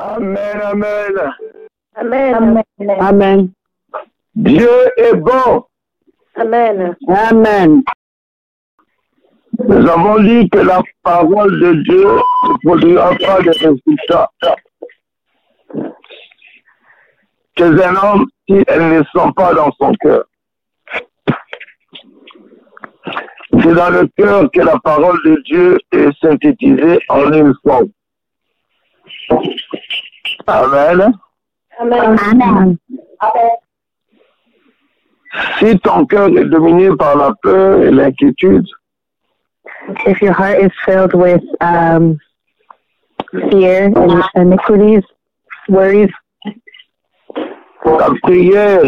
Amen, amen. Amen. Amen. Amen. Dieu est bon. Amen. Amen. Nous avons dit que la parole de Dieu ne produira pas de résultats. Que un homme, si elle ne sent pas dans son cœur, c'est dans le cœur que la parole de Dieu est synthétisée en une forme. Amen. Amen. Amen. Si ton cœur est dominé par la peur et l'inquiétude, If your heart is filled with um, fear and iniquities, worries, ta prière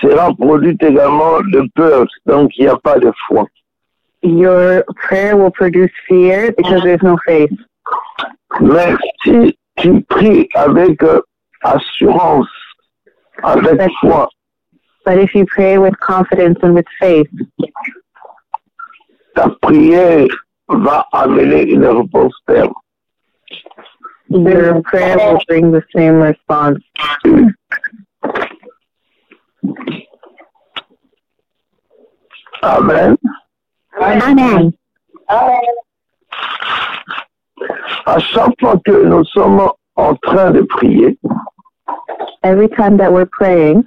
sera produite également de peur, donc il n'y a pas de foi. your prayer will produce fear because there's no faith. Mais si tu pries avec euh, assurance, avec D'accord. foi, But if you pray with confidence and with faith, ta prière va amener une réponse ferme. your prayer will bring the same response. Amen. Amen. À chaque fois que nous sommes en train de prier, Every time that we're praying,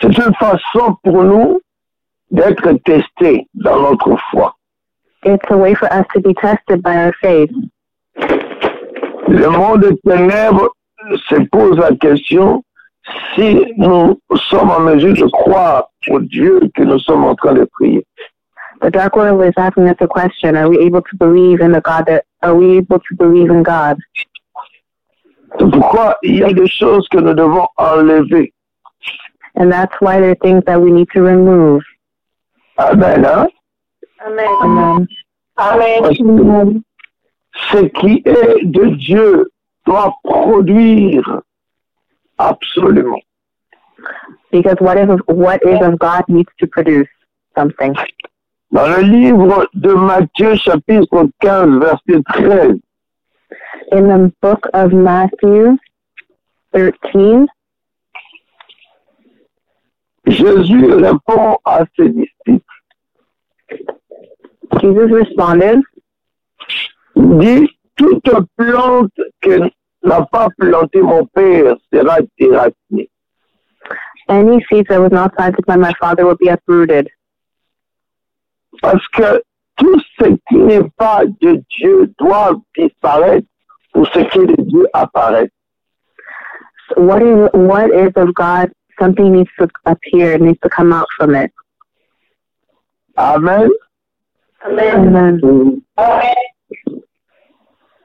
c'est une façon pour nous d'être testés dans notre foi. it's a way for us to be tested by our faith. Le monde des ténèbres se pose la question si nous sommes en mesure de croire au Dieu que nous sommes en train de prier. The dark world is asking us a question: Are we able to believe in the God that? Are we able to believe in God? C'est pourquoi il y a des choses que nous devons enlever. And that's why there are things that we need to remove. Amen. hein? Amen. Amen. Parce que ce qui est de Dieu doit produire absolument. Because what if what is of God needs to produce something. Dans le livre de Matthieu chapitre 15 verset 13, In the book of Matthew 13, Jésus répond à ses disciples. Jesus responded, Il dit, toute plante que n'a pas planté mon père sera déracinée. Any seeds that was not planted by my father will be uprooted. Parce que tout ce qui n'est pas de Dieu doit disparaître pour ce qui est de Dieu apparaître. So what is what is of God? Something needs to appear, it needs to come out from it. Amen. Amen. Amen.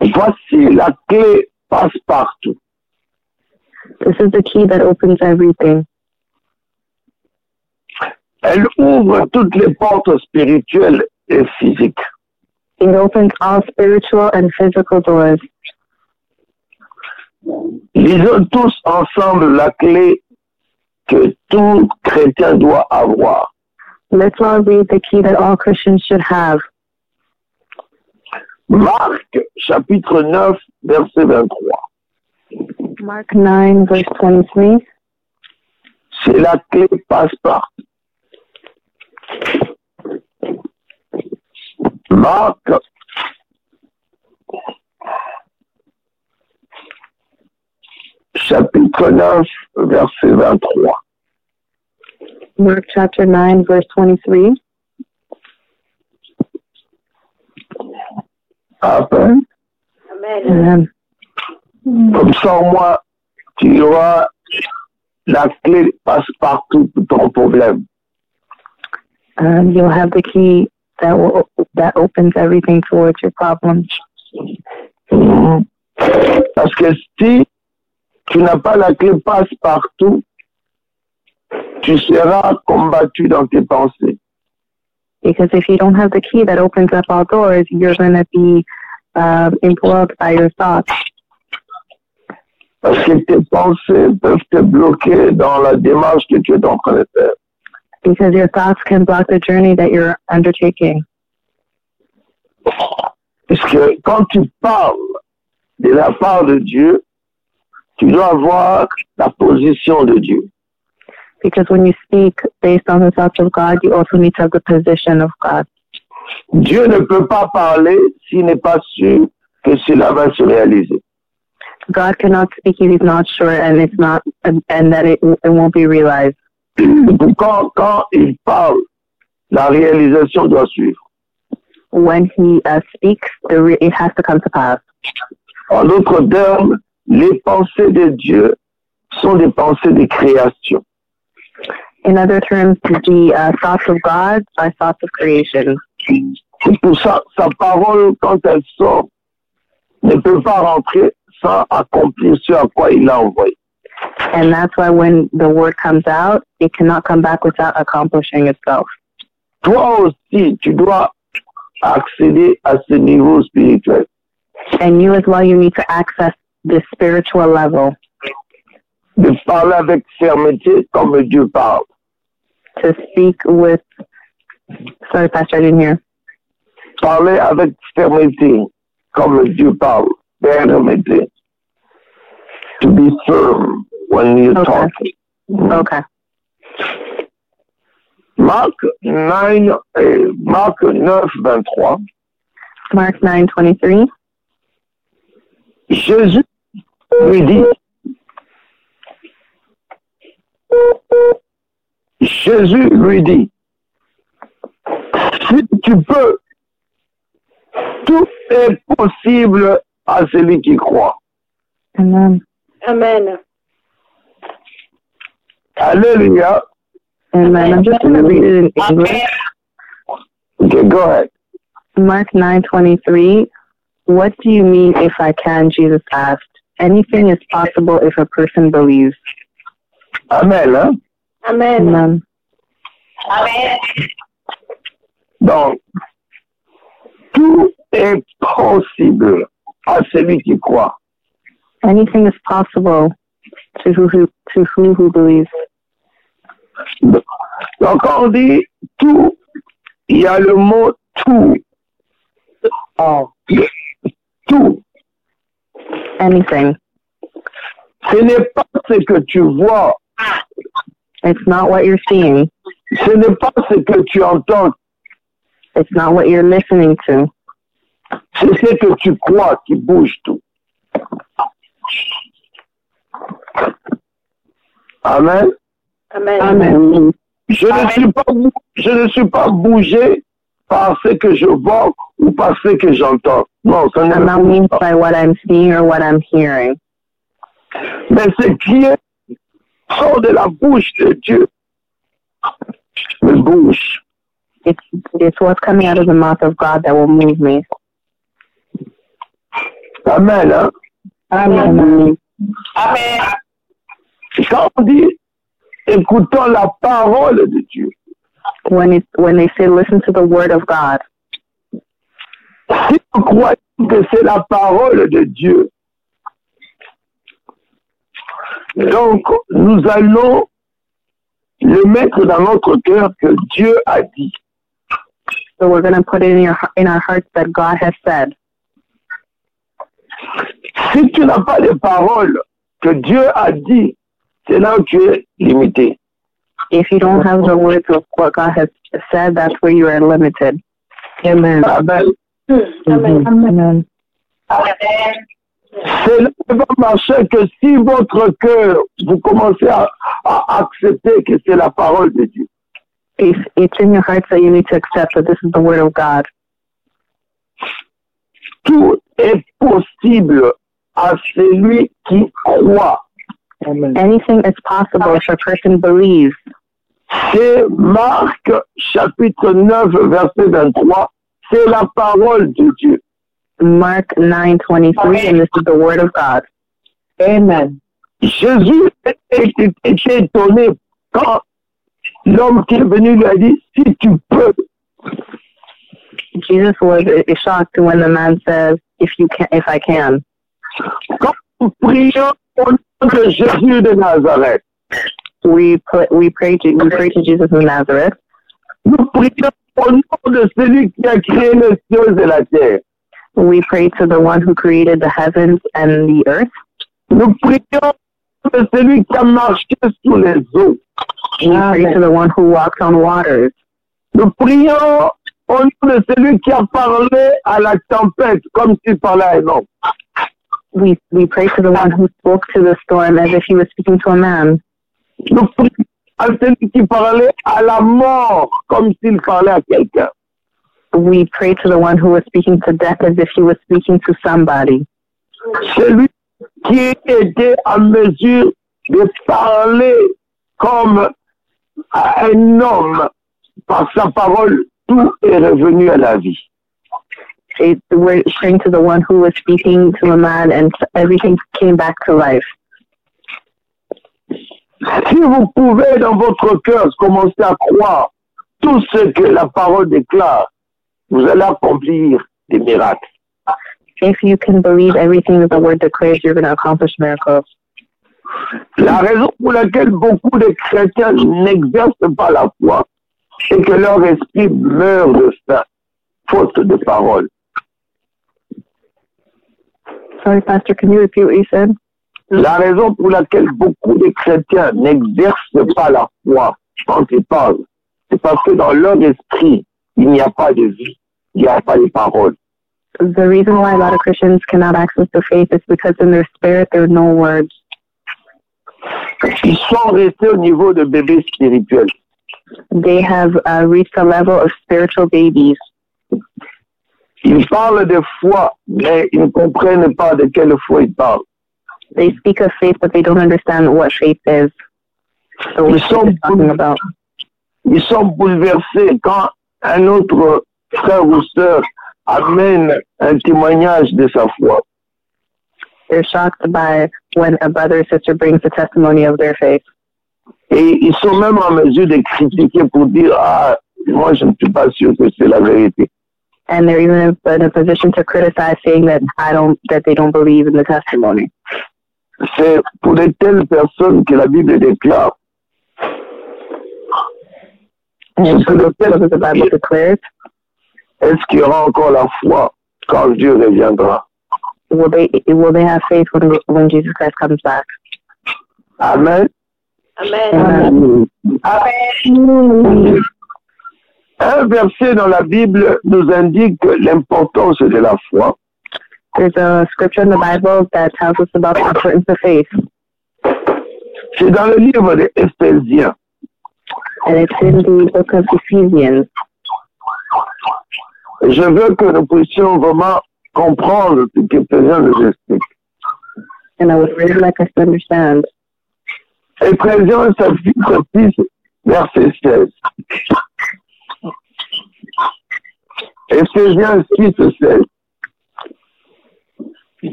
Voici la clé passe partout. This is the key that opens everything. Elle ouvre toutes les portes spirituelles et physiques. It opens all spiritual and physical doors. Lisons tous ensemble la clé que tout chrétien doit avoir. Let's all read the key that all Christians should have. Marc chapitre 9 verset 23. Mark 9, verse 23. C'est la clé passe-part. Marc. Chapitre 9, verset 23. Mark chapter 9, verse 23. Amen. Amen. Amen. Comme ça, au moins, tu auras la clé passe-partout pour ton problème. Um, you'll have the key that will, that opens everything towards your problems. Parce que si tu n'as pas la clé passe-partout, tu seras combattu dans tes pensées. Because if you don't have the key that opens up all doors, you're going to be um, embroiled by your thoughts Parce que tes pensées peuvent te bloquer dans la démarche que tu es en train de faire. because your thoughts can block the journey that you're undertaking. Parce que quand tu parles des de la part de Dieu, tu dois avoir la position de Dieu. Because when you speak based on the thoughts of God, you also need to have the position of God. Dieu ne peut pas parler s'il n'est pas sûr que cela va se réaliser. God cannot speak if he's not sure and it's not and, and that it, it won't be realized. Donc, Quand, quand il parle, la réalisation doit suivre. When he uh, speaks, the re- it has to come to pass. En d'autres termes, les pensées de Dieu sont des pensées de création. In other terms, the uh, thoughts of God are thoughts of creation. C'est pour ça, sa parole, quand elle sort, ne peut pas rentrer sans accomplir ce à quoi il l'a envoyé. And that's why when the word comes out, it cannot come back without accomplishing itself. Toi aussi, tu dois accéder à ce niveau spirituel. And you as well, you need to access this spiritual level De parler avec fermeté comme Dieu parle. to speak with. Sorry, Pastor, I didn't hear. Parler avec fermeté comme Dieu parle. Fermeté. To be firm when you Okay. talk. Okay. Marc 9, euh, Marc 9, 23. Mark nine twenty three. Jésus lui dit, Jésus lui dit, si tu peux, tout est possible à celui qui croit. Amen. Amen. Alléluia. Amen. I'm just going to read it in English. Okay, go ahead. Mark 9:23 What do you mean if I can Jesus asked Anything is possible if a person believes Amen. hein? Amen. Amen Donc, tout est possible à celui qui croit. Anything is possible to who, who to who who believes Donc on dit tout, il y a le mot tout. En tout. anything Ce n'est pas ce que tu vois, It's not what you're seeing ce n'est pas ce que tu entends, It's not what you're listening to c'est ce que tu crois qui bouge tout. Amen. Amen. Je ne suis pas, bou- je ne suis pas bougé par ce que je vois ou par ce que j'entends. Non, ça ne I'm not me bouge moved pas. by what I'm seeing or what I'm hearing Mais ce qui est sort de la bouche de Dieu me bouge. It's it's what's coming out of the mouth of God that will move me Amen. Hein? Amen. Quand on dit écoutons la parole de Dieu, When it when they say listen to the word of God si nous croyons que c'est la parole de Dieu, donc nous allons le mettre dans notre cœur que Dieu a dit. So we're going to put it in your in our hearts that God has said Si tu n'as pas les paroles que Dieu a dit, c'est là où tu es limité. if you don't have the words of what God has said, that's where you are limited. Amen. Amen. Amen. Amen. Cela ne va marcher que si votre cœur, vous commencez à, à accepter que c'est la parole de Dieu. If it's in your hearts that you need to accept that this is the word of God, Tout est possible à celui qui croit. anything is possible if a person believes. C'est Marc chapitre 9, verset 23. C'est la parole de Dieu. Mark nine twenty three, and this is the word of God. Amen. Jésus était était étonné quand l'homme qui est venu lui a dit, si tu peux, Jesus was uh, shocked when the man says, "If you can, if I can." quand nous prions au nom de Jésus de Nazareth. We put we pray to we pray to Jesus of Nazareth. Nous prions au nom de celui qui a créé les cieux et la terre. We pray to the one who created the heavens and the earth. Nous prions de celui qui a marché sur les eaux. We pray to the one who walked on waters. Nous prions au nom de celui qui a parlé à la tempête comme s'il parlait à un homme. We, we pray to the one who spoke to the storm as if he was speaking to a man. Nous prions à celui qui parlait à la mort comme s'il parlait à quelqu'un. We pray to the one who was speaking to death as if he was speaking to somebody. Celui qui était en mesure de parler comme à un homme par sa parole, tout est revenu à la vie. It, we're praying to the one who was speaking to a man and everything came back to life. Si vous pouvez dans votre cœur commencer à croire tout ce que la parole déclare, vous allez accomplir des miracles. If you can believe everything that the word declares, you're going to accomplish miracles. La raison pour laquelle beaucoup de chrétiens n'exercent pas la foi, c'est que leur esprit meurt de faim, faute de parole. Sorry, Pastor, can you repeat what you said? La raison pour laquelle beaucoup de chrétiens n'exercent pas la foi quand ils parlent, c'est parce que dans leur esprit, il n'y a pas de vie, il n'y a pas de parole. The reason why a lot of Christians cannot access the faith is because in their spirit there are no words. Ils sont restés au niveau de bébés spirituels. They have uh, reached a level of spiritual babies. Ils parlent de foi, mais ils ne comprennent pas de quelle foi ils parlent. They speak of faith, but they don't understand what faith is. So Ils what sont, are talking about? ils sont bouleversés quand un autre frère ou sœur amène un témoignage de sa foi. They're shocked by when a brother or sister brings the testimony of their faith. Et ils sont même en mesure de critiquer pour dire, ah, moi je ne suis pas sûr que c'est la vérité. And they're even in a position to criticize, saying that I don't, that they don't believe in the testimony. C'est pour de telles personnes que la Bible déclare, And so that's what the Bible declares. est-ce qu'il y aura encore la foi quand Dieu reviendra Will they, will they have faith when, when Jesus Christ comes back? Amen. Amen. Amen. Amen. Un verset dans la Bible nous indique l'importance de la foi. There's a scripture in the Bible that tells us about the importance of faith, C'est dans le livre des Éphésiens. and it's in the book of Ephesians. Je veux que nous puissions vraiment comprendre ce que Éphésiens nous explique. And I would really like us to understand. Éphésiens chapitre 6, verset 16. Éphésiens 6, 16.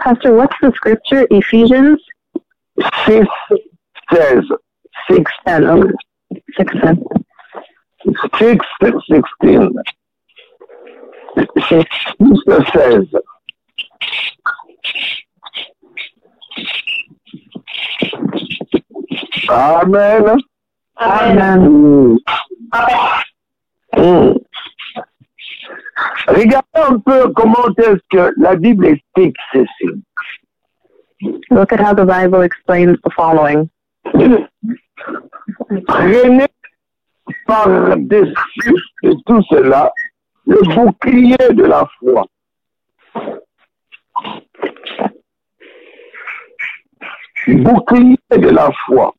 Pastor, what's the scripture? Ephesians 6, 16. 6, 10. Okay. 6 10. 6, 16. 6, 16. Amen. Amen. Mm. Mm. Regardez un peu comment est-ce que la Bible explique ceci. Look at how the Bible explains the following. Prenez par-dessus de tout cela le bouclier de la foi. Bouclier de la foi.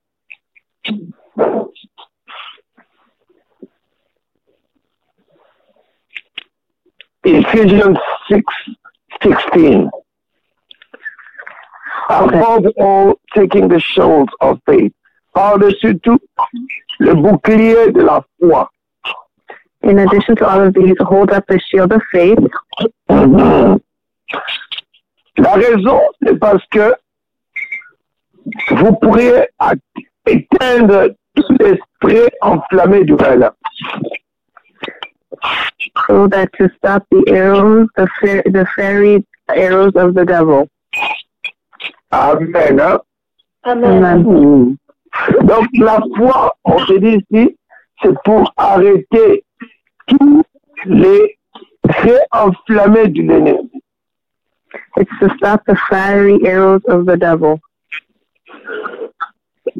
Ephesians 6, 16. Above all, taking the shield of faith. Par-dessus tout, le bouclier de la foi. In addition to all of these, hold up the shield of faith. La raison, c'est parce que vous pourrez a- éteindre tout l'esprit enflammé du mal. so that to stop the arrows, the fer- the fairy arrows of the devil. Amen. hein. Amen. Mm. Donc la foi, on se dit ici, c'est pour arrêter tous les traits enflammés du l'ennemi. It's to stop the fiery arrows of the devil.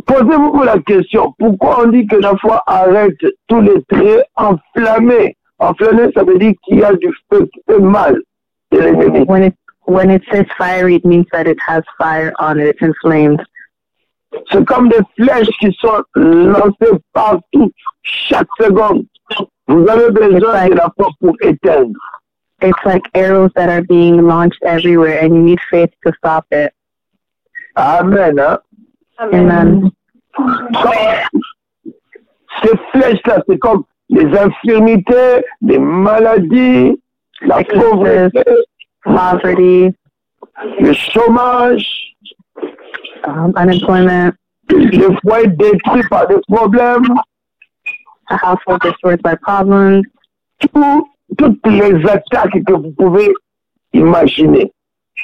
Posez-vous la question, pourquoi on dit que la foi arrête tous les traits enflammés Enflammé, ça veut dire qu'il y a du feu qui fait mal de l'ennemi. When it when it says fiery, it means that it has fire on it. It's inflamed. C'est comme des flèches qui sont lancées partout, chaque seconde. Vous avez besoin de la foi pour éteindre. It's like arrows that are being launched everywhere, and you need faith to stop it. Amen. Hein? Amen. Comme- Ces flèches-là, c'est comme les infirmités, les maladies, la Écoutez. pauvreté, Poverty, le chômage, um, unemployment, les foyers détruits par des problèmes, a household destroyed by problems, tout- toutes les attaques que vous pouvez imaginer.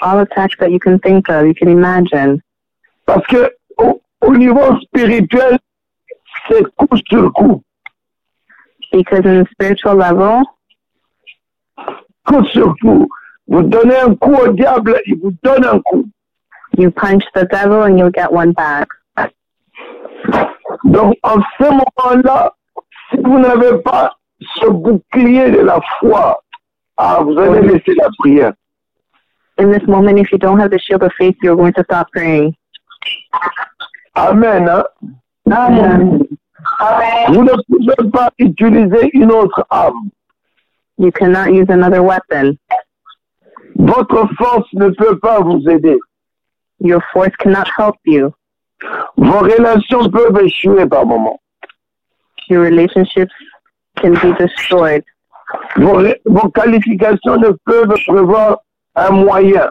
all attacks that you can think of, you can imagine. Parce que au, au niveau spirituel, c'est coup sur coup, Because in the spiritual level, coup sur coup. Vous donnez un coup au diable, il vous donne un coup. you punch the devil and you'll get one back. Donc, en ce moment-là, si vous n'avez pas ce bouclier de la foi, ah, vous allez laisser la prière. In this moment, if you don't have the shield of faith, you're going to stop praying. Amen. hein. uh, Vous ne pouvez pas utiliser une autre arme. You cannot use another weapon. Votre force ne peut pas vous aider. Your force cannot help you. Vos relations peuvent échouer par moment. Your relationships can be destroyed. Vos, ré- vos qualifications ne peuvent prévoir un moyen.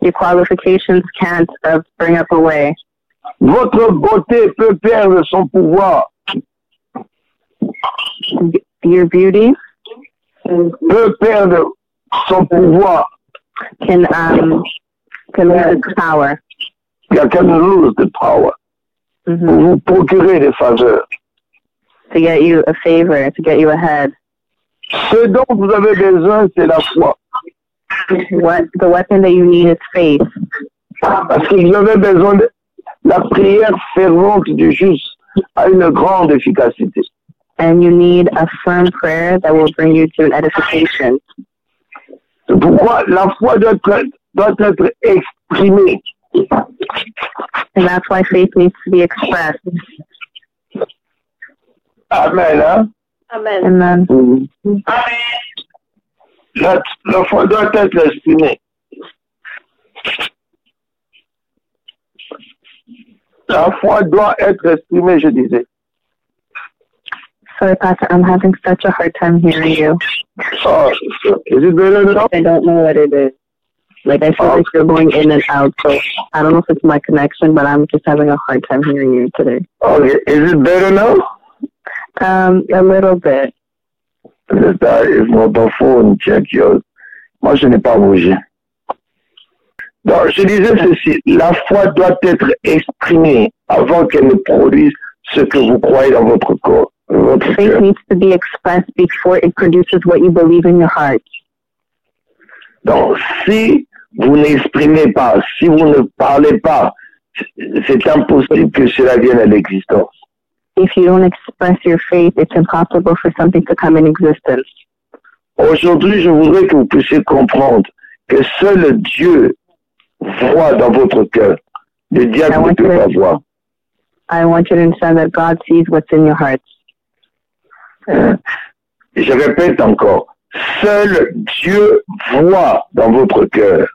Your qualifications can't uh, bring up a way. Votre beauté peut perdre son pouvoir, Your beauty peut perdre son pouvoir. can um, can lose its power. You can lose the power. hmm pour vous procurer des faveurs. to get you a favor, to get you ahead. Ce dont vous avez besoin, c'est la foi. What the weapon that you need is faith, Parce que vous avez besoin de la prière fervente du juste a une grande efficacité. and you need a firm prayer that will bring you to an edification. C'est pourquoi la foi doit être, doit être exprimée. And that's why faith needs to be expressed. Amen. Hein? Amen. And then La, la foi doit être exprimée. La foi doit être exprimée, je disais. sorry, Pastor, I'm having such a hard time hearing you. Oh, is it better now? I don't know what it is. Like I feel like you're going in and out, so I don't know if it's my connection, but I'm just having a hard time hearing you today. Okay, is it better now? Um, a little bit. Peut-être that is not the phone, check yours. Moi, je n'ai pas bougé. Donc, je disais ceci, la foi doit être exprimée avant qu'elle ne produise ce que vous croyez dans votre corps, dans votre Faith cœur. needs to be expressed before it produces what you believe in your heart. Donc, si vous n'exprimez pas, si vous ne parlez pas, c'est impossible que cela vienne à l'existence. if you don't express your faith, it's impossible for something to come in existence. Aujourd'hui, je voudrais que vous puissiez comprendre que seul Dieu voit dans votre cœur. Le diable ne peut pas voir. I want you to understand that God sees what's in your hearts. Je répète encore, seul Dieu voit dans votre cœur.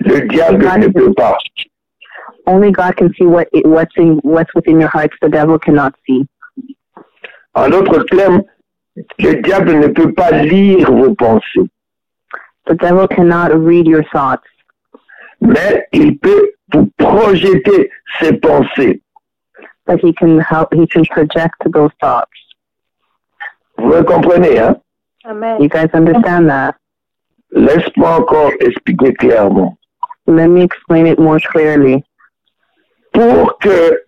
Le diable ne peut pas. Only God can see what it, what's in what's within your hearts. The devil cannot see. En d'autres termes, le diable ne peut pas lire vos pensées, The devil cannot read your thoughts, mais il peut vous projeter ses pensées. but he can help. He can project those thoughts. Vous me comprenez, hein You Amen. guys understand that? Laisse-moi encore expliquer clairement. Let me explain it more clearly. Pour que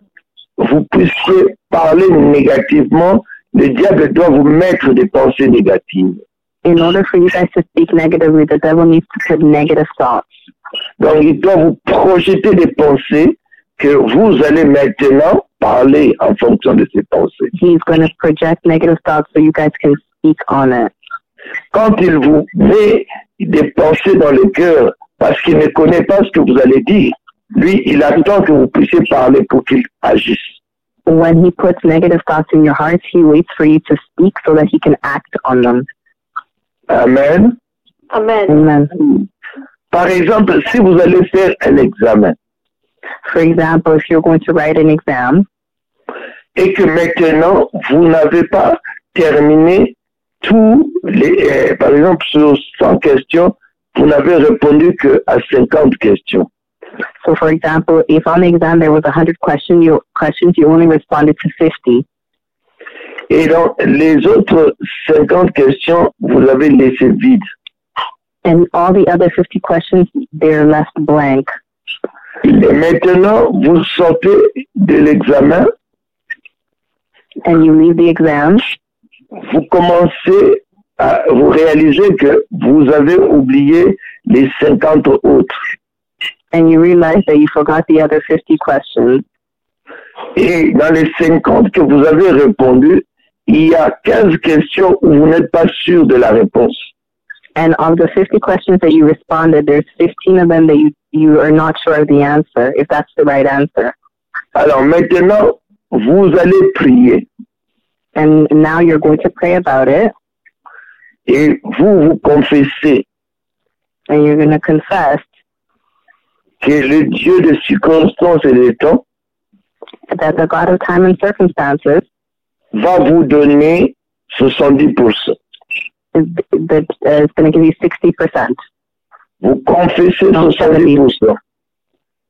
vous puissiez parler négativement, le diable doit vous mettre des pensées négatives. In order for you guys to speak negatively, the devil needs to put negative thoughts. Donc, il doit vous projeter des pensées que vous allez maintenant parler en fonction de ces pensées. He's going to project negative thoughts so you guys can speak on it. Quand il vous met des pensées dans le cœur parce qu'il ne connaît pas ce que vous allez dire, lui, il attend que vous puissiez parler pour qu'il agisse. When he puts negative thoughts in your hearts, he waits for you to speak so that he can act on them. Amen. Amen. Amen. Par exemple, si vous allez faire un examen For example, if you're going to write an exam et que maintenant vous n'avez pas terminé tous les, euh, par exemple, sur 100 questions, vous n'avez répondu que à 50 questions. So, for example, if on the exam there was 100 question, you, questions, you only responded to 50. Et dans les autres 50 questions, vous avez laissé vide. And all the other 50 questions, they're left blank. Et maintenant, vous sortez de l'examen, And you leave the exam vous commencez à vous réaliser que vous avez oublié les 50 autres. and you realize that you forgot the other 50 questions. Et dans les 50 que vous avez répondu, il y a 15 questions où vous n'êtes pas sûr de la réponse. And of the 50 questions that you responded, there's 15 of them that you, you are not sure of the answer, if that's the right answer. Alors maintenant, vous allez prier And now you're going to pray about it et vous vous confessez and you're going to confess que le Dieu de circonstances et des temps that the God of time and circumstances, va vous donner 70%. is, that, uh, is going to give you 60%. Vous confessez Non, 70%. Si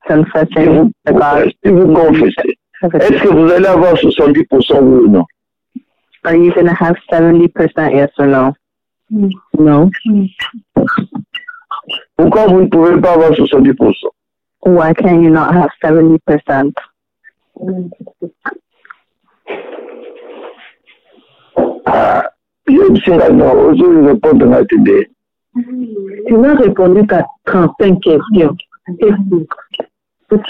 Confessing vous, the God si vous confessez, est-ce que vous allez avoir 70% oui ou non Are you going to have 70% yes or no? No. Pourquoi vous ne pouvez pas avoir 70% Why can you not have 70%? Ah, hiyo mshindano uzuri upondo na today. Tu n'as répondu qu'à 35 questions.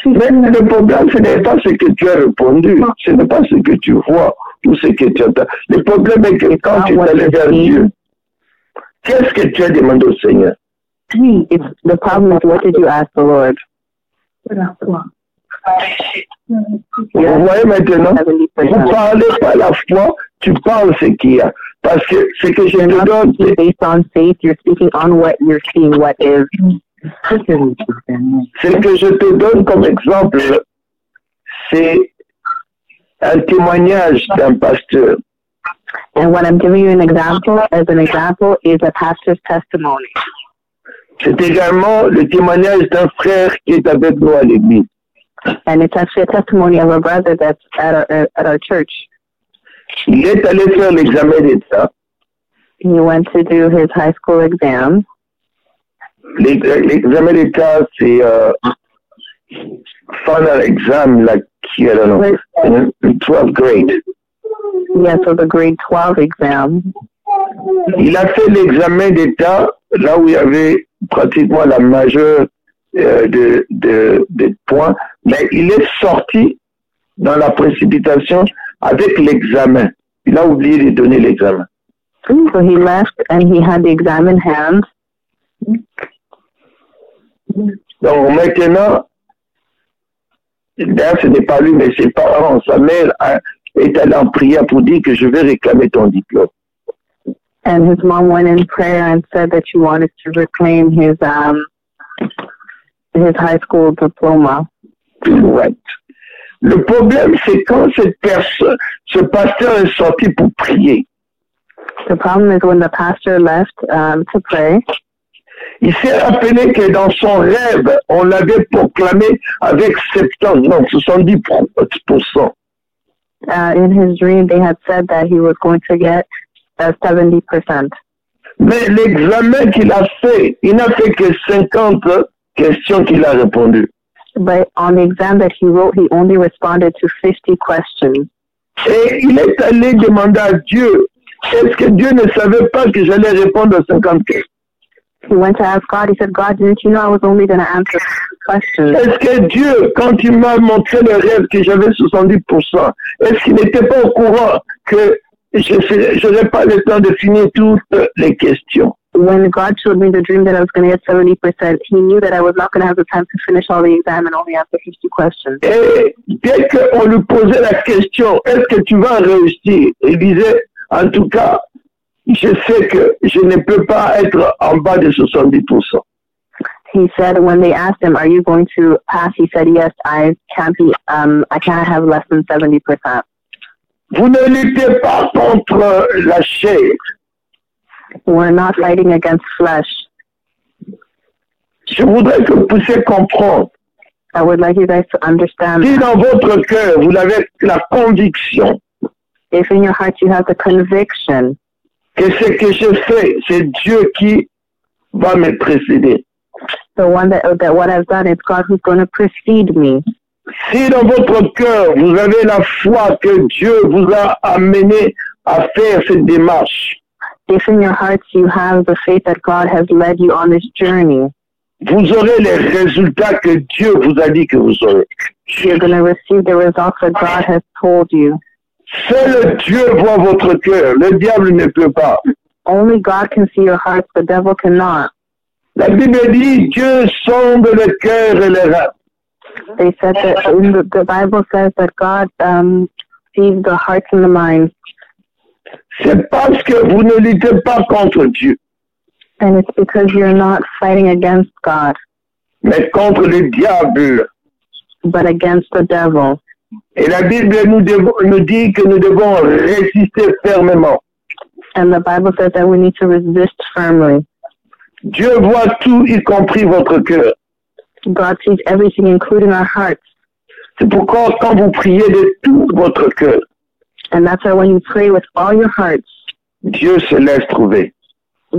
Mais le problème, ce n'est pas ce que tu as répondu, ce n'est pas ce que tu vois ou ce que tu entends. Le problème est que quand Ah, tu es ouais, allé vers c'est- Dieu, qu'est-ce que tu as demandé au Seigneur It's, the problem is, what did you ask the Lord? Vous Yeah. voyez maintenant Vous 70%. parlez pas la foi, tu parles ce qu'il y a. Parce que ce que je te donne, c'est- Based on faith, you're speaking on what you're seeing, what is. ce que je te donne comme exemple, c'est un témoignage d'un pasteur. And what I'm giving you an example, as an example, is a pastor's testimony. C'est également le témoignage d'un frère qui est avec nous à l'église. And it's actually a testimony of a brother that's at our, at our church. Il est allé faire l'examen d'état. He went to do his high school exam. L'ex- L'examen d'état, c'est euh, final exam, like, I don't know, in 12th grade. Yeah, so the grade 12 exam. Il a fait l'examen d'État là où il y avait pratiquement la majeure euh, de, de, des points, mais il est sorti dans la précipitation avec l'examen. Il a oublié de donner l'examen. So he left and he had the exam in hand. Donc maintenant, d'ailleurs ce n'est pas lui, mais ses parents, sa mère hein, est allée en prière pour dire que je vais réclamer ton diplôme. And his mom went in prayer and said that she wanted to reclaim his um his high school diploma. Ouais. Le problème, c'est quand cette personne, ce pasteur est sorti pour prier. The problem is when the pastor left um, to pray, Il s'est rappelé que dans son rêve, on l'avait proclamé avec 70, non, 70%. uh, in his dream they had said that he was going to get seventy percent. Mais l'examen qu'il a fait, il n'a fait que 50 questions qu'il a répondu. but on the exam that he wrote, he only responded to 50 questions. Et il est allé demander à Dieu, est-ce que Dieu ne savait pas que j'allais répondre aux 50 questions? He went to ask God, he said, God, didn't you know I was only going to answer 50 questions? Est-ce que Dieu, quand il m'a montré le rêve que j'avais 70%, est-ce qu'il n'était pas au courant que je n'aurais pas le temps de finir toutes les questions? When God showed me the dream that I was going to get 70%, he knew that I was not going to have the time to finish all the exam and only answer 50 questions. Et dès qu'on lui posait la question, est-ce que tu vas réussir Il disait, en tout cas, je sais que je ne peux pas être en bas de 70%. He said, when they asked him, are you going to pass? He said, yes, I can't be, um, I can't have less than 70%. Vous ne luttez pas contre la chair, We're not fighting against flesh. Je voudrais que vous puissiez comprendre. I would like you guys to understand Si dans votre cœur, vous avez la conviction if in your heart you have the conviction que ce que je fais, c'est Dieu qui va me précéder. the one that that what I've done is God who's going to precede me. Si dans votre cœur, vous avez la foi que Dieu vous a amené à faire cette démarche, If in your hearts you have the faith that God has led you on this journey, vous aurez les résultats que Dieu vous a dit que vous aurez. you're going to receive the results that God has told you. Seul Dieu voit votre cœur. Le diable ne peut pas. Only God can see your hearts; the devil cannot. La Bible dit, Dieu sonde le cœur et les reins. They said that in the, the Bible says that God um, sees the hearts and the minds, C'est parce que vous ne luttez pas contre Dieu, and it's because you're not fighting against God, mais contre le diable. but against the devil. Et la Bible nous, devons- nous dit que nous devons résister fermement. And the Bible says that we need to resist firmly. Dieu voit tout, y compris votre cœur. God sees everything, including our hearts. C'est pourquoi quand vous priez de tout votre cœur, And that's why when you pray with all your hearts, Dieu se laisse trouver.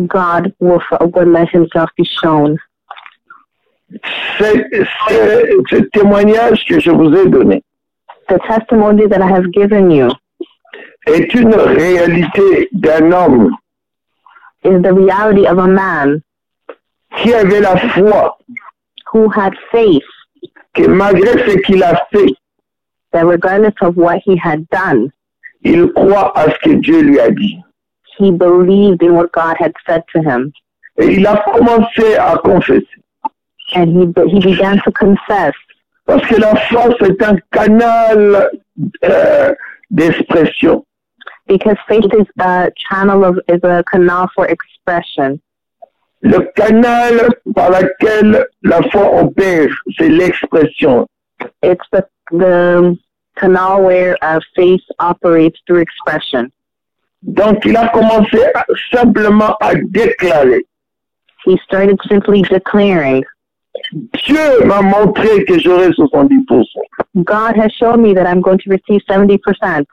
God will, will let himself be shown. C'est c'est- ce témoignage que je vous ai donné The testimony that I have given you est une réalité d'un homme is the reality of a man qui avait la foi who had faith que malgré ce qu'il a fait, that regardless of what he had done, il croit à ce que Dieu lui a dit. he believed in what God had said to him. Et il a commencé à confesser. And he, be- he began to confess Parce que la foi, c'est un canal euh, d'expression. because faith is a channel of, is a canal for expression. Le canal par lequel la foi opère, c'est l'expression. it's the the canal where uh, faith operates through expression. Donc, il a commencé à- simplement à déclarer. He started simply declaring, Dieu m'a montré que j'aurai 70%. God has shown me that I'm going to receive 70%.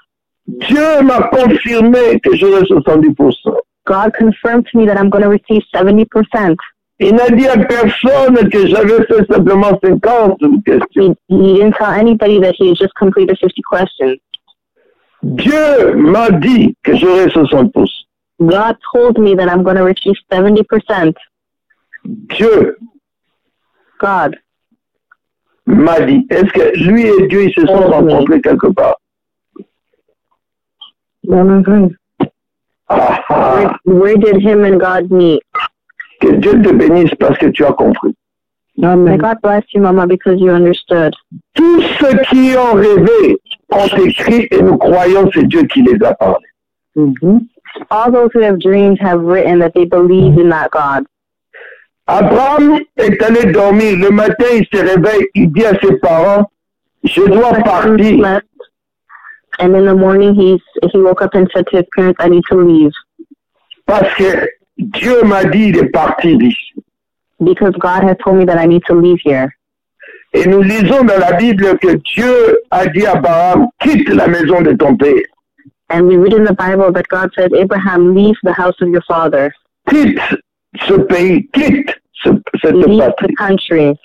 Dieu m'a confirmé que j'aurai 70%. God confirmed to me that I'm going to receive 70%. Il n'a dit à personne que j'avais fait simplement 50 questions. He, he didn't tell anybody that he had just completed 50 questions. Dieu m'a dit que j'aurai 60%. God told me that I'm going to receive 70%. Dieu God m'a dit. Est-ce que lui et Dieu, ils se sont Oui. rencontrés quelque part Ah, ah, Where, where did him and God meet? que Dieu te bénisse parce que tu as compris. May God bless you, Mama, because you understood. Tous ceux qui ont rêvé ont écrit et nous croyons c'est Dieu qui les a parlé. All those who have dreamed have written that they believed in that God. Abraham est allé dormir. Le matin, il se réveille, il dit à ses parents, je dois He partir. slept, and in the morning he he woke up and said to his parents, "I need to leave Parce que Dieu m'a dit de partir d'ici. because God has told me that I need to leave here." Et nous lisons dans la Bible que Dieu a dit à Abraham, quitte la maison de ton père. And we read in the Bible that God said, "Abraham, leave the house of your father, quitte ce pays, quitte ce- cette leave patrie. the country."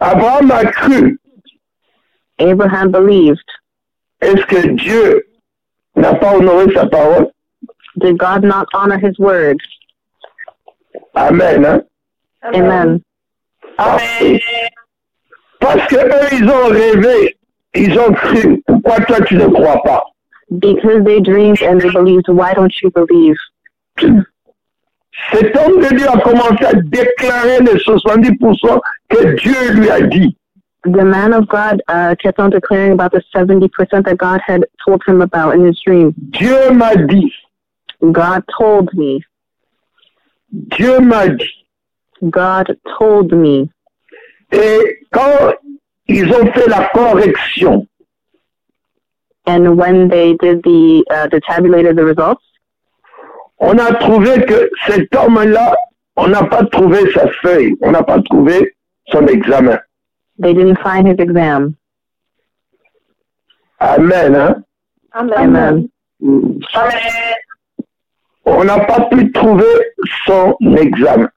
Abraham a cru. Abraham believed. Est-ce que Dieu n'a pas honoré sa parole? Did God not honor his word? Amen. Hein? Amen. Amen. Parce que eux, ils ont rêvé, ils ont cru. Pourquoi toi, tu ne crois pas? Because they dreamed and they believed, why don't you believe? Cet homme de Dieu a commencé à déclarer les 70% que Dieu lui a dit. The man of God uh, kept on declaring about the 70% that God had told him about in his dream. Dieu m'a dit. God told me. Dieu m'a dit. God told me. Et quand ils ont fait la correction, And when they did the, uh, they tabulated the results, on a trouvé que cet homme-là, on n'a pas trouvé sa feuille, on n'a pas trouvé son examen. they didn't find his exam. Amen. Hein? Amen. Amen. On n'a pas pu trouver son examen.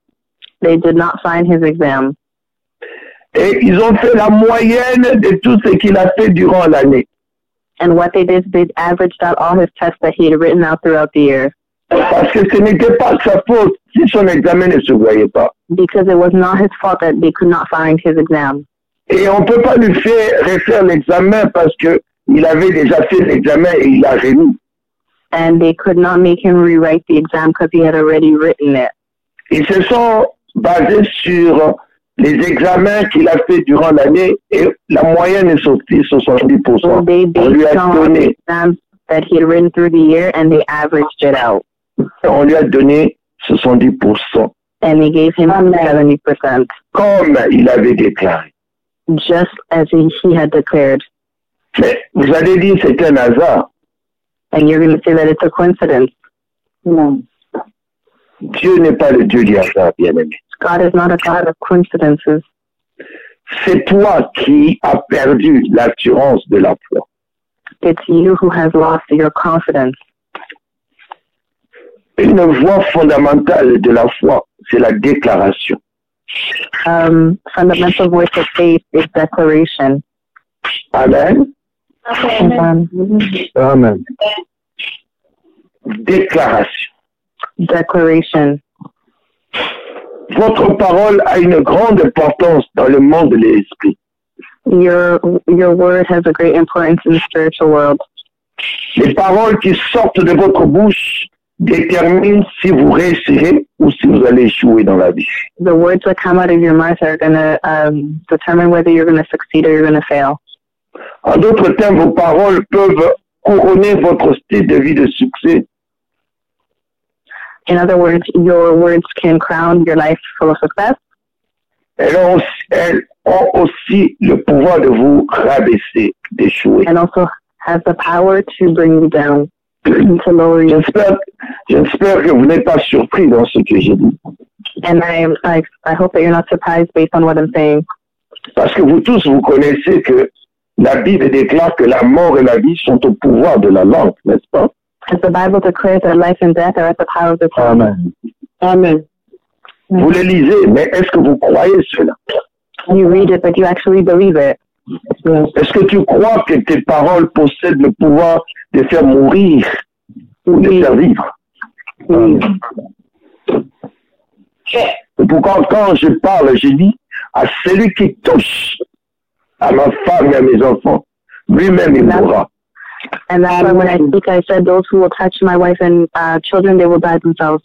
They did not find his exam. Et ils ont fait la moyenne de tout ce qu'il a fait durant l'année. And what they did, they averaged out all his tests that he had written out throughout the year Parce que ce n'était pas sa faute si son examen ne se voyait pas. because it was not his fault that they could not find his exam. Et on ne peut pas lui faire refaire l'examen parce que il avait déjà fait l'examen et il l'a remis. And they could not make him rewrite the exam because he had already written it. Ils se sont basés sur les examens qu'il a fait durant l'année et la moyenne est sortie sur 70%. So they on lui based a on the donné, exams that he had written through the year and they averaged it out. on lui a donné 70% And they gave him Amen. 70%, comme il avait déclaré. just as he, he had declared. Mais vous allez dire c'est un hasard. And you're going to say that it's a coincidence. Non. Dieu n'est pas le Dieu du hasard, bien-aimé. God is not a God of coincidences. C'est toi qui as perdu l'assurance de la foi. It's you who has lost your confidence. Une voie fondamentale de la foi, c'est la déclaration. Um, fundamental voice of faith is declaration. Amen. Amen. Amen. Amen. Déclaration. Declaration. Votre parole a une grande importance dans le monde de l'esprit. Your your word has a great importance in the spiritual world. Les paroles qui sortent de votre bouche déterminent si vous réussirez ou si vous allez échouer dans la vie. The words that come out of your mouth are going to um, determine whether you're going to succeed or you're going to fail. En d'autres termes, vos paroles peuvent couronner votre style de vie de succès In other words, your words can crown your life full of success, elles ont, aussi- elles ont aussi le pouvoir de vous rabaisser, d'échouer. and also has the power to bring you down, to lower you. J'espère, j'espère que vous n'êtes pas surpris dans ce que j'ai dit, And I, I I hope that you're not surprised based on what I'm saying, parce que vous tous, vous connaissez que la Bible déclare que la mort et la vie sont au pouvoir de la langue, n'est-ce pas because the Bible declares that life and death are at the power of the tongue. Amen. Vous le lisez, mais est-ce que vous croyez cela You read it, but you actually believe it. Yes. Est-ce que tu crois que tes paroles possèdent le pouvoir de faire mourir ou de faire vivre Euh, Oui. um, C'est pourquoi quand je parle, je dis à celui qui touche à ma femme et à mes enfants, lui-même il mourra. And that's why when I speak, I said, those who will touch my wife and uh, children, they will die themselves.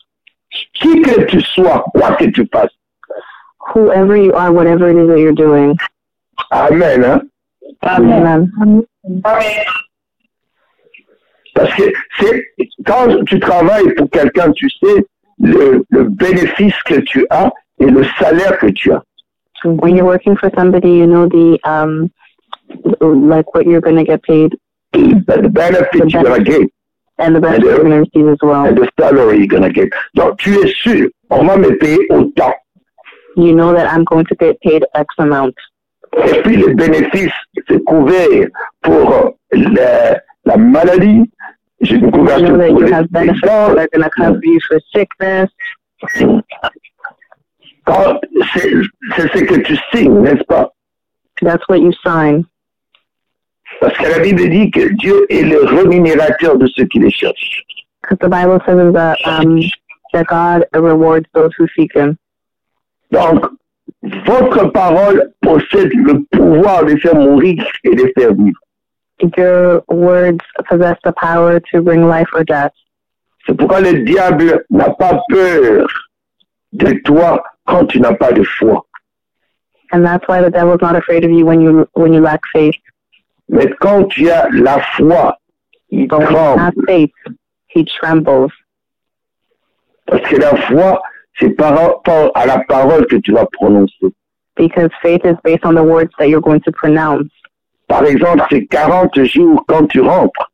Qui que tu sois, quoi que tu fasses. Whoever you are, whatever it is that you're doing. Amen. Hein? Amen. Parce que c'est quand tu travailles pour quelqu'un, tu sais le, le bénéfice que tu as et le salaire que tu as. When you're working for somebody, you know the, um, like what you're going to get paid The benefit you're gonna get and the benefits you're going to receive as well. and the salary you're gonna get. Donc tu es sûr, on va me payer autant. You know that I'm going to get paid X amount. Et puis les bénéfices, c'est couvert pour euh, la, la maladie, j'ai une You know couverture that pour you les have benefits that are going to cover you for sickness. Quand- C'est c'est ce que tu signes, n'est-ce pas That's what you sign. Parce que la Bible dit que Dieu est le rémunérateur de ceux qui le cherchent. Because the Bible says that um, that God rewards those who seek Him. Donc, votre parole possède le pouvoir de faire mourir et de faire vivre. Your words possess the power to bring life or death. C'est pourquoi le diable n'a pas peur de toi quand tu n'as pas de foi. And that's why the devil's not afraid of you when you when you lack faith. Mais quand tu as la foi, il But when you tremble. have faith, he trembles. Parce que la foi, c'est par rapport à la parole que tu vas prononcer. Because faith is based on the words that you're going to pronounce. Par exemple, ces 40 jours quand tu rentres,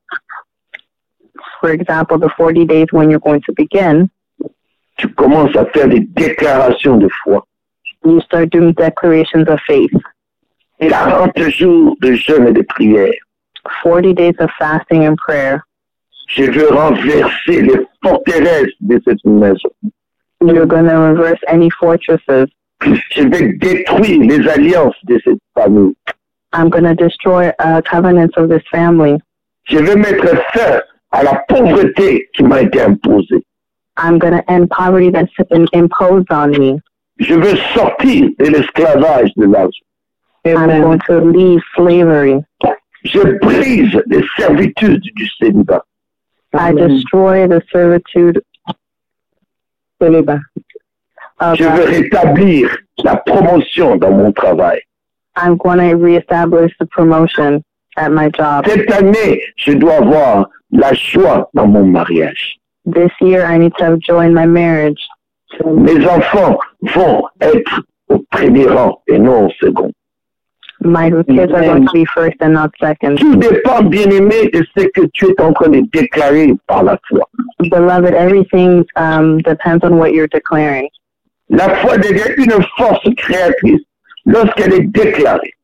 For example, the 40 days when you're going to begin, tu commences à faire des déclarations de foi. you start doing declarations of faith. 40 jours de jeûne et de prière. 40 days of fasting and prayer. Je veux renverser les forteresses de cette maison. You're going to reverse any fortresses. Je vais détruire les alliances de cette famille. I'm going to destroy uh, covenants of this family. Je vais mettre fin à la pauvreté qui m'a été imposée. I'm going to end poverty that's been imposed on me. Je veux sortir de l'esclavage de l'argent. I'm going to leave slavery. Je brise les servitudes du célibat. I destroy the servitude Célibat. of Je bah. veux rétablir la promotion dans mon travail. I'm going to reestablish the promotion at my job. Cette année, je dois avoir la joie dans mon mariage. This year, I need to have joy in my marriage. Mes enfants vont être au premier rang et non au second. My kids are going to be first and not second. Tout dépend, bien-aimé, de ce que tu es en train de déclarer par la foi. Beloved, everything um, depends on what you're declaring. La foi devient une force créatrice lorsqu'elle est déclarée.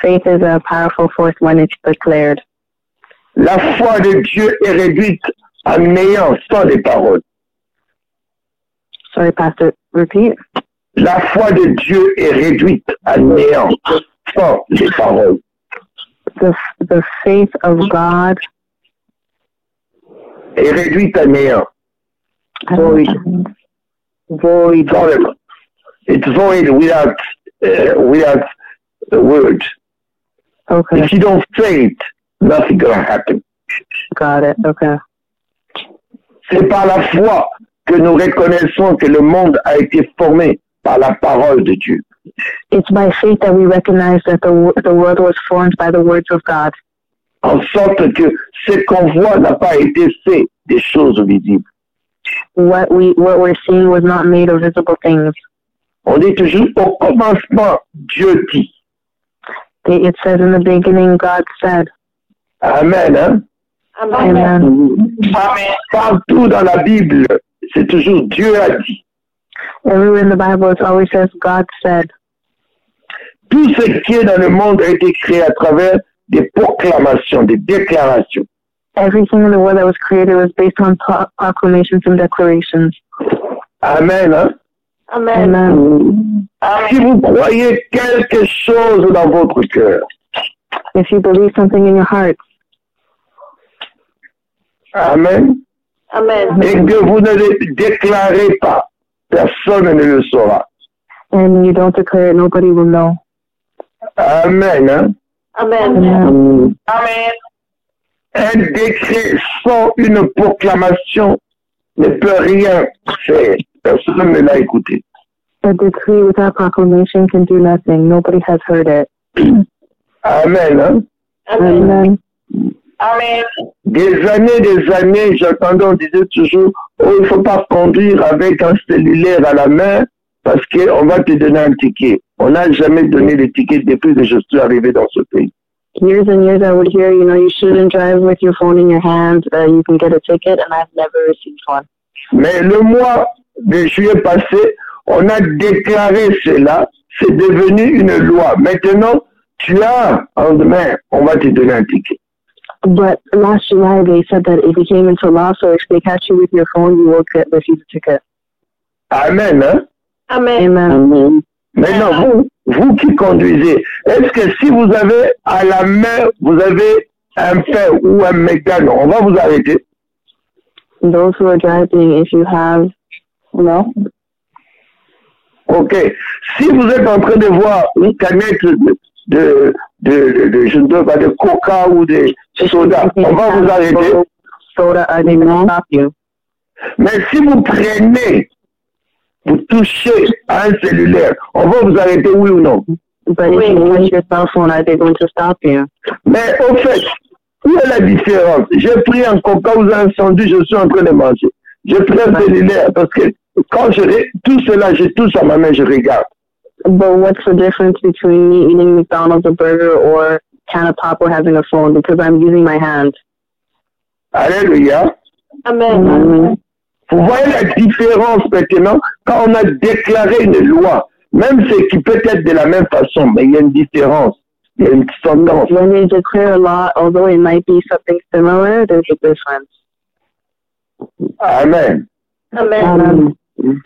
Faith is a powerful force when it's declared. La foi de Dieu est réduite à néant sans les paroles. Sorry, Pastor, repeat. La foi de Dieu est réduite à néant sans les paroles. The, the faith of God. Est réduite à néant I don't Void. understand. void. Sans les paroles. It's void without, uh, without words. Okay, If you don't say it, nothing gonna happen. got it. Okay. C'est par la foi que nous reconnaissons que le monde a été formé par la parole de Dieu. It's by faith that we recognize that the, wo- the world was formed by the words of God. En sorte que ce qu'on voit n'a pas été fait des choses visibles. What we what we're seeing was not made of visible things. On dit toujours au commencement, Dieu dit. It it says in the beginning, God said. Amen. Hein? Amen. Amen. Par- Partout dans la Bible, c'est toujours Dieu a dit. Everywhere in the Bible, it always says God said. Tout ce qui est dans le monde a été créé à travers des proclamations, des déclarations. Everything in the world that was created was based on pro- proclamations and declarations. Amen. Hein? Amen. Amen. Si vous croyez quelque chose dans votre cœur, If you believe something in your heart Amen. Amen. et que vous ne le déclarez pas, personne ne le saura. and you don't declare it, nobody will know. Amen. hein. Amen. Amen. Un décret sans une proclamation ne peut rien faire. Personne ne l'a écouté. A decree without proclamation can do nothing. Nobody has heard it. Amen. hein. Amen. Des années, des années, j'entendais, on disait toujours, oh, il ne faut pas conduire avec un cellulaire à la main parce qu'on va te donner un ticket. On n'a jamais donné le ticket depuis que je suis arrivé dans ce pays. Years and years, I would hear, you know, you shouldn't drive with your phone in your hand. Uh, you can get a ticket, and I've never received one. Mais le mois de juillet passé, on a déclaré cela. C'est devenu une loi. Maintenant, tu as un demain, on va te donner un ticket. But last July, they said that if you came into law, so if they catch you with your phone, you will get receive a ticket. Amen. Hein? Amen. Amen. Maintenant, vous, vous qui conduisez, est-ce que si vous avez à la main, vous avez un pain ou un mécano, on va vous arrêter. Those who are driving, if you have, no, OK. Si vous êtes en train de voir une canette de, de, de, de- de- je ne sais pas, de coca ou de soda, on va vous arrêter. soda, I did not stop you. Mais si vous prenez, vous touchez à un cellulaire, on va vous arrêter, oui ou non. But if you touch your cell phone, are they going to stop you? Mais au fait, où est la différence J'ai pris un coca ou un sandwich, je suis en train de manger. Je prends un cellulaire parce que quand je ré- tout cela, je touche à ma main, je regarde. But what's the difference between me eating McDonald's, a burger, or can of pop, or having a phone? Because I'm using my hand. Alléluia. Amen. Vous voyez la différence maintenant quand on a déclaré une loi, même ce qui peut être de la même façon, mais il y a une différence, il y a une tendance. When you declare a law, although it might be something similar, there's a difference. Amen. Amen. um,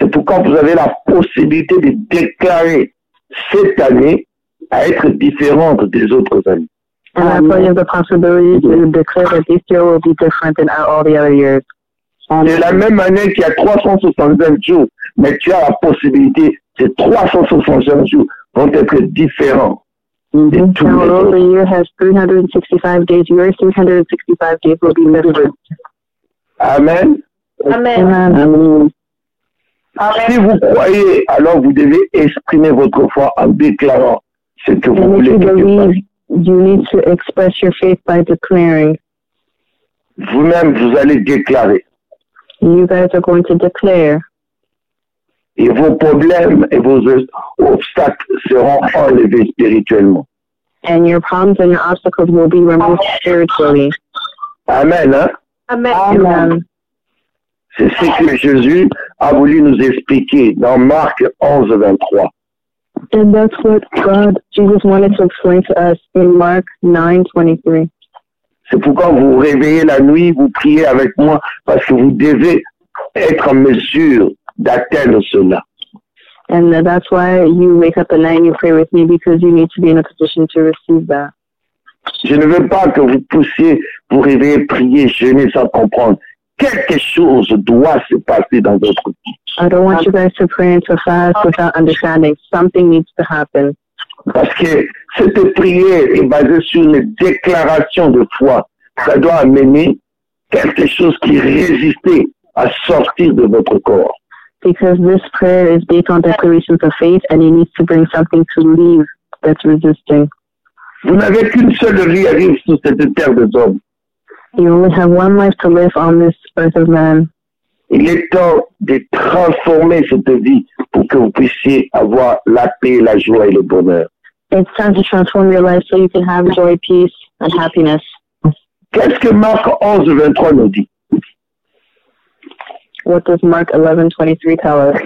C'est pourquoi vous avez la possibilité de déclarer cette année à être différente des autres années. And that's why you have the possibility to declare that this year will be different than all the other years. C'est la même année qu'il y a 365 jours, mais tu as la possibilité, ces 365 jours vont être différents. de tous Now, les although autres. the year has 365 days, your 365 days will be different. Amen. Amen. Si vous croyez, alors vous devez exprimer votre foi en déclarant ce que vous And if voulez you que Dieu fasse. believe, you need to express your faith by declaring. Vous-même, vous allez déclarer. You guys are going to declare, Et vos problèmes et vos obstacles seront enlevés spirituellement. and your problems and your obstacles will be removed spiritually. um, Amen. Hein? Amen. Amen. C'est ce que Jésus a voulu nous expliquer dans Marc 11, 23. And that's what God, Jesus wanted to explain to us in Mark 9:23. C'est pourquoi vous vous réveillez la nuit, vous priez avec moi, parce que vous devez être en mesure d'atteindre cela. And tha- that's why you wake up at night and you pray with me because you need to be in a position to receive that. Je ne veux pas que vous poussiez, vous réveillez, prier, jeûner sans comprendre. Quelque chose doit se passer dans votre vie. I don't want you guys to pray and to fast without understanding. Something needs to happen. Parce que cette prière est basée sur une déclaration de foi. Ça doit amener quelque chose qui résistait à sortir de votre corps. Because this prayer is based on declarations of faith and it needs to bring something to leave that's resisting. Vous n'avez qu'une seule vie à vivre sur cette terre des hommes. You only have one life to live on this earth of man. Il est temps de transformer cette vie pour que vous puissiez avoir la paix, la joie et le bonheur. It's time to transform your life so you can have joy, peace, and happiness. Qu'est-ce que Marc 11, 23 nous dit What does Mark 11:23 tell us?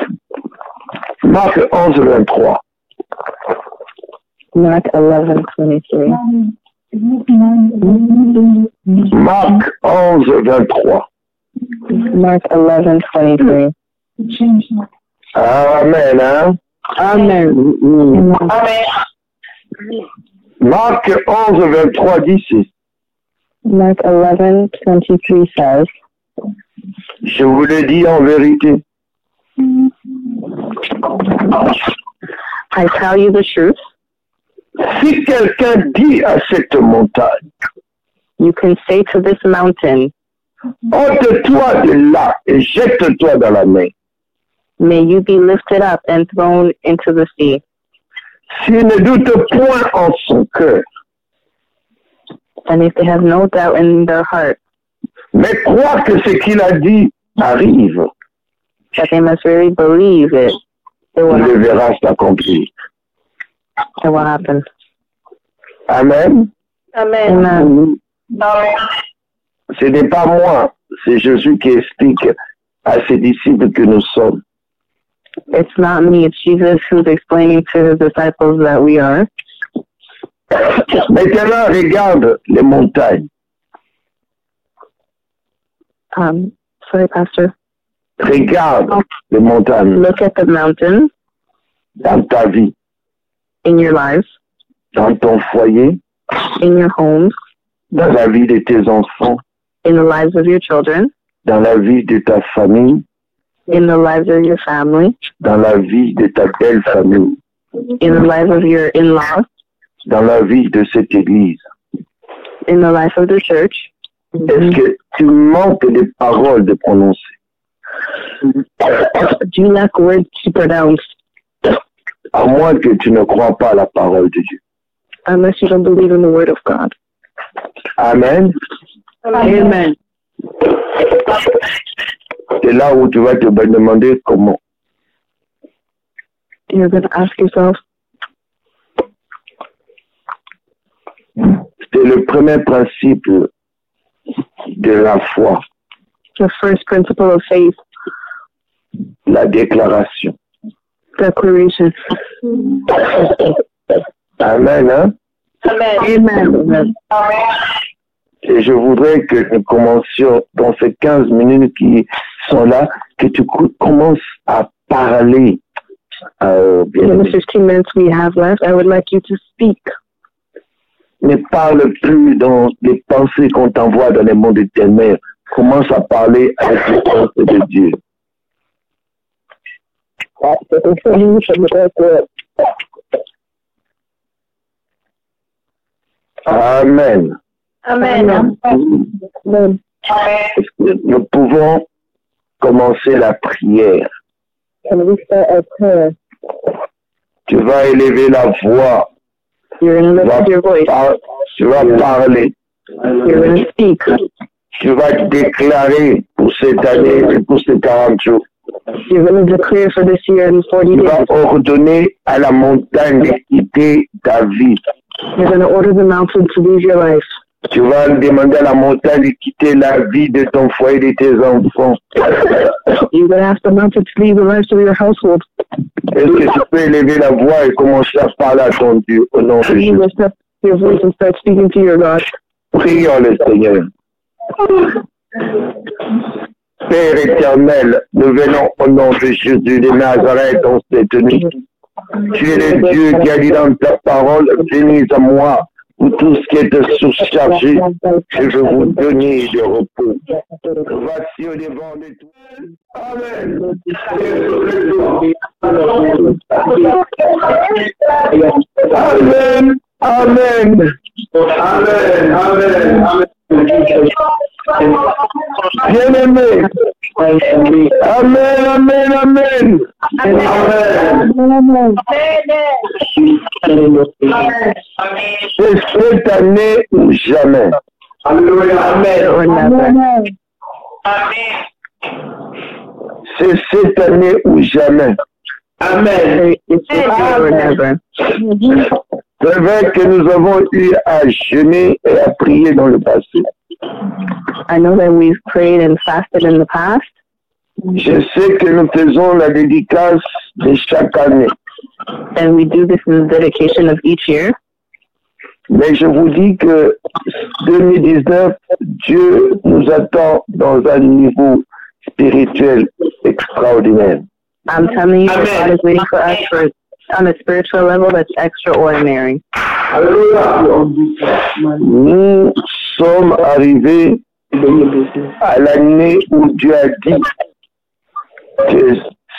Marc 11, 23. Mark 11:23. Marc 11, 23. Mark 11:23. Amen. Hein? Amen. Mm-hmm. Marc 11, 23 dit ceci. Mark 11:23 says, Je vous le dis en vérité. "I tell you the truth, Si quelqu'un dit à cette montagne, you can say to this mountain, ôte-toi de là et jette-toi dans la mer. may you be lifted up and thrown into the sea, S'il ne doute point en son cœur, and if they have no doubt in their heart mais crois que ce qu'il a dit arrive, that they must really believe it, it will, il le happen. verra s'accomplir. it will happen." Amen. Amen. Amen. Ce n'est pas moi, c'est Jésus qui explique à ses disciples que nous sommes. It's not me. It's Jesus who's explaining to his disciples that we are. Maintenant, regarde les montagnes. Um, sorry, Pastor. Regarde les montagnes. Look at the mountain. dans ta vie, in your lives, dans ton foyer, in your homes, dans la vie de tes enfants, in the lives of your children, dans la vie de ta famille, in the lives of your family, dans la vie de ta belle famille, in the life of your in-laws, dans la vie de cette église. in the life of the church. Mm-hmm. Est-ce que tu manques de paroles de prononcer? Do you lack words to pronounce À moins que tu ne crois pas à la parole de Dieu. Unless you don't believe in the word of God. Amen. Amen. C'est là où tu vas te demander comment. You're going to ask yourself, C'est le premier principe de la foi, the first principle of faith, la déclaration. declaration. Amen. Hein? Amen. Amen. Et je voudrais que nous commencions dans ces 15 minutes qui sont là, que tu cou- commences à parler. Euh, bien In the 15 minutes we have left, I would like you to speak. Ne parle plus dans les pensées qu'on t'envoie dans les mondes de tes mères. Commence à parler avec les pensées de Dieu. Amen. Amen. Nous pouvons commencer la prière. Can we start our prayer? Tu vas élever la voix. You're going to lift up your voice. Par- Tu vas parler. You're going to speak. Tu vas déclarer pour cette année et pour ces 40 jours. You're going to declare for this year in Tu 40 days. vas ordonner à la montagne de quitter ta vie. You're going to order the mountain to leave your life. Tu vas demander à la montagne de quitter la vie de ton foyer et de tes enfants. You're going to ask the mountain to leave the lives of your household. Est-ce que tu peux élever la voix et commencer à parler à ton Dieu au nom de You Jésus? lift up your voice and start speaking to your God. Prions le Seigneur. Père éternel, nous venons au nom de Jésus de Nazareth en cette nuit. Tu es le Dieu qui a dit dans ta parole, venez à moi pour tout ce qui est surchargé. Je veux vous donner le repos. Voici au devant de tout. Amen. Amen. Amen. Amen. Amen. Bien-aimé. Amen. Amen. Amen. Amen. C'est cette année ou jamais. Amen. Or never. C'est cette année ou jamais. Amen. It's this year or never. C'est vrai que nous avons eu à jeûner et à prier dans le passé. I know that we've prayed and fasted in the past. Je sais que nous faisons la dédicace de chaque année. and we do this in the dedication of each year. Mais je vous dis que 2019, Dieu nous attend dans un niveau spirituel extraordinaire. I'm telling you, that God is waiting for us for on a spiritual level that's extraordinary. Nous sommes arrivés à l'année où Dieu a dit que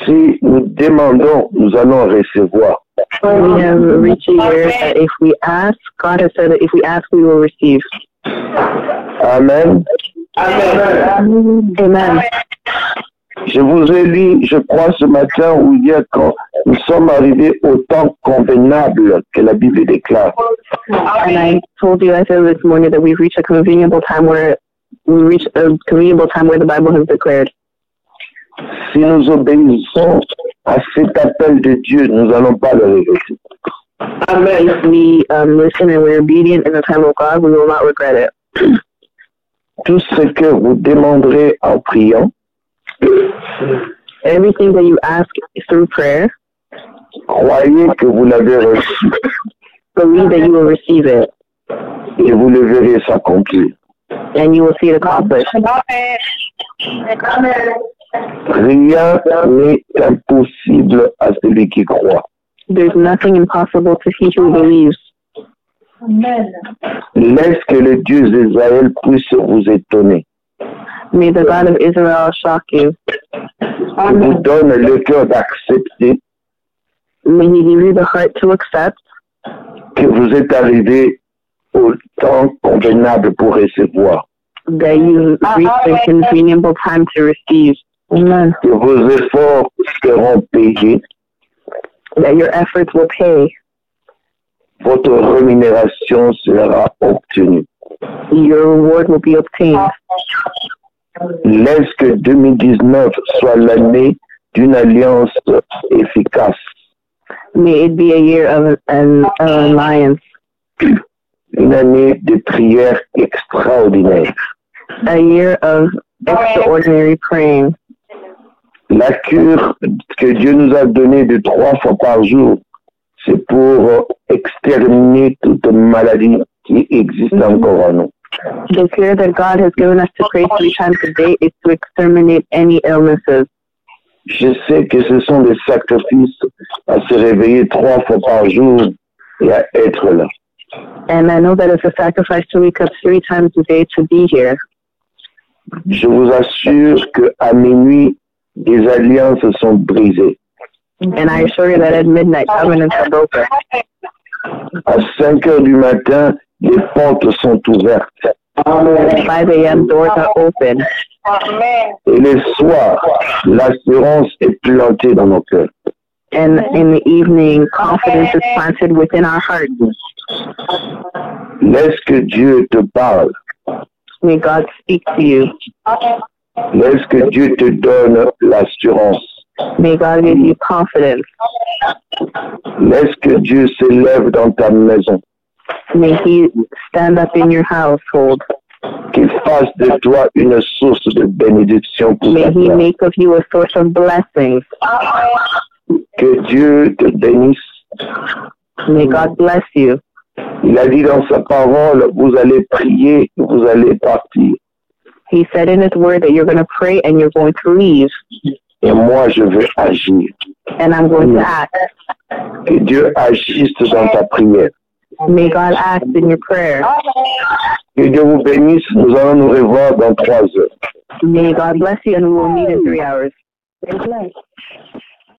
si nous demandons, nous allons recevoir. We have reached a year that if we ask, God has said that if we ask, we will receive. Amen. Amen. Je vous ai lu, je crois, ce matin ou hier, quand nous sommes arrivés au temps convenable que la Bible déclare. And I told you, I said this morning that we've reached a convenient time where we reach a convenient time where the Bible has declared. Si nous obéissons à cet appel de Dieu, nous n'allons pas le regretter. If we um, listen and we're obedient in the time of God, we will not regret it. Tout ce que vous demanderez en priant, Everything that you ask through prayer, croyez que vous l'avez reçu believe that you will receive it, et vous le verrez s'accomplir. and you will see it accomplished. Rien n'est impossible à celui qui croit. There's nothing impossible to he who believes. Amen. Laisse que le Dieu d'Israël puisse vous étonner. May the God of Israel shock you. Il vous donne le cœur d'accepter May he give you the heart to accept que vous êtes arrivé au temps convenable pour recevoir, that you reach the convenient time to receive. Amen. que vos efforts seront payés, That your efforts will pay. votre rémunération sera obtenue. Your reward will be obtained. Laisse que 2019 soit l'année d'une alliance efficace. May it be a year of an, an alliance, Une année de prière extraordinaire. a year of extraordinary praying. La cure que Dieu nous a donnée de trois fois par jour, c'est pour exterminer toute maladie qui existe encore en nous. The cure that God has given us to pray three times a day is to exterminate any illnesses. Je sais que ce sont des sacrifices à se réveiller trois fois par jour et à être là. And I know that it's a sacrifice to wake up three times a day to be here. Je vous assure que à minuit, des alliances sont brisées. And I assure you that at midnight, covenants are broken. À 5 heures du matin, les portes sont ouvertes. At 5 a.m., doors are open. Amen. Et le soir, l'assurance est plantée dans nos cœurs. And in the evening, confidence is planted within our hearts. Laisse que Dieu te parle. May God speak to you. Laisse que Dieu te donne l'assurance. May God give you confidence. Laisse que Dieu s'élève dans ta maison. May He stand up in your household. Qu'il fasse de toi une source de bénédiction pour ta May He terre. make of you a source of blessings. Que Dieu te bénisse. May God bless you. Il a dit dans sa parole, vous allez prier, vous allez partir. He said in His Word that you're going to pray and you're going to leave, Et moi, je veux agir. and I'm going to act. Que Dieu agisse dans ta prière. May God act in your prayer. Que Dieu vous bénisse. Nous allons nous revoir dans trois heures. May God bless you, and we will meet in three hours.